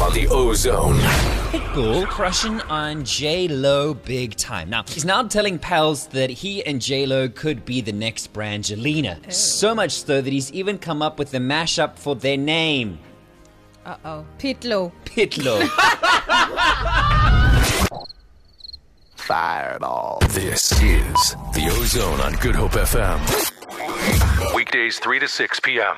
on the Ozone. Pitbull crushing on J Lo big time. Now he's now telling pals that he and J Lo could be the next Brangelina. So much so that he's even come up with the mashup for their name, Uh oh. Pit low. Pitlo. This is the Ozone on Good Hope FM. Weekdays 3 to 6 p.m.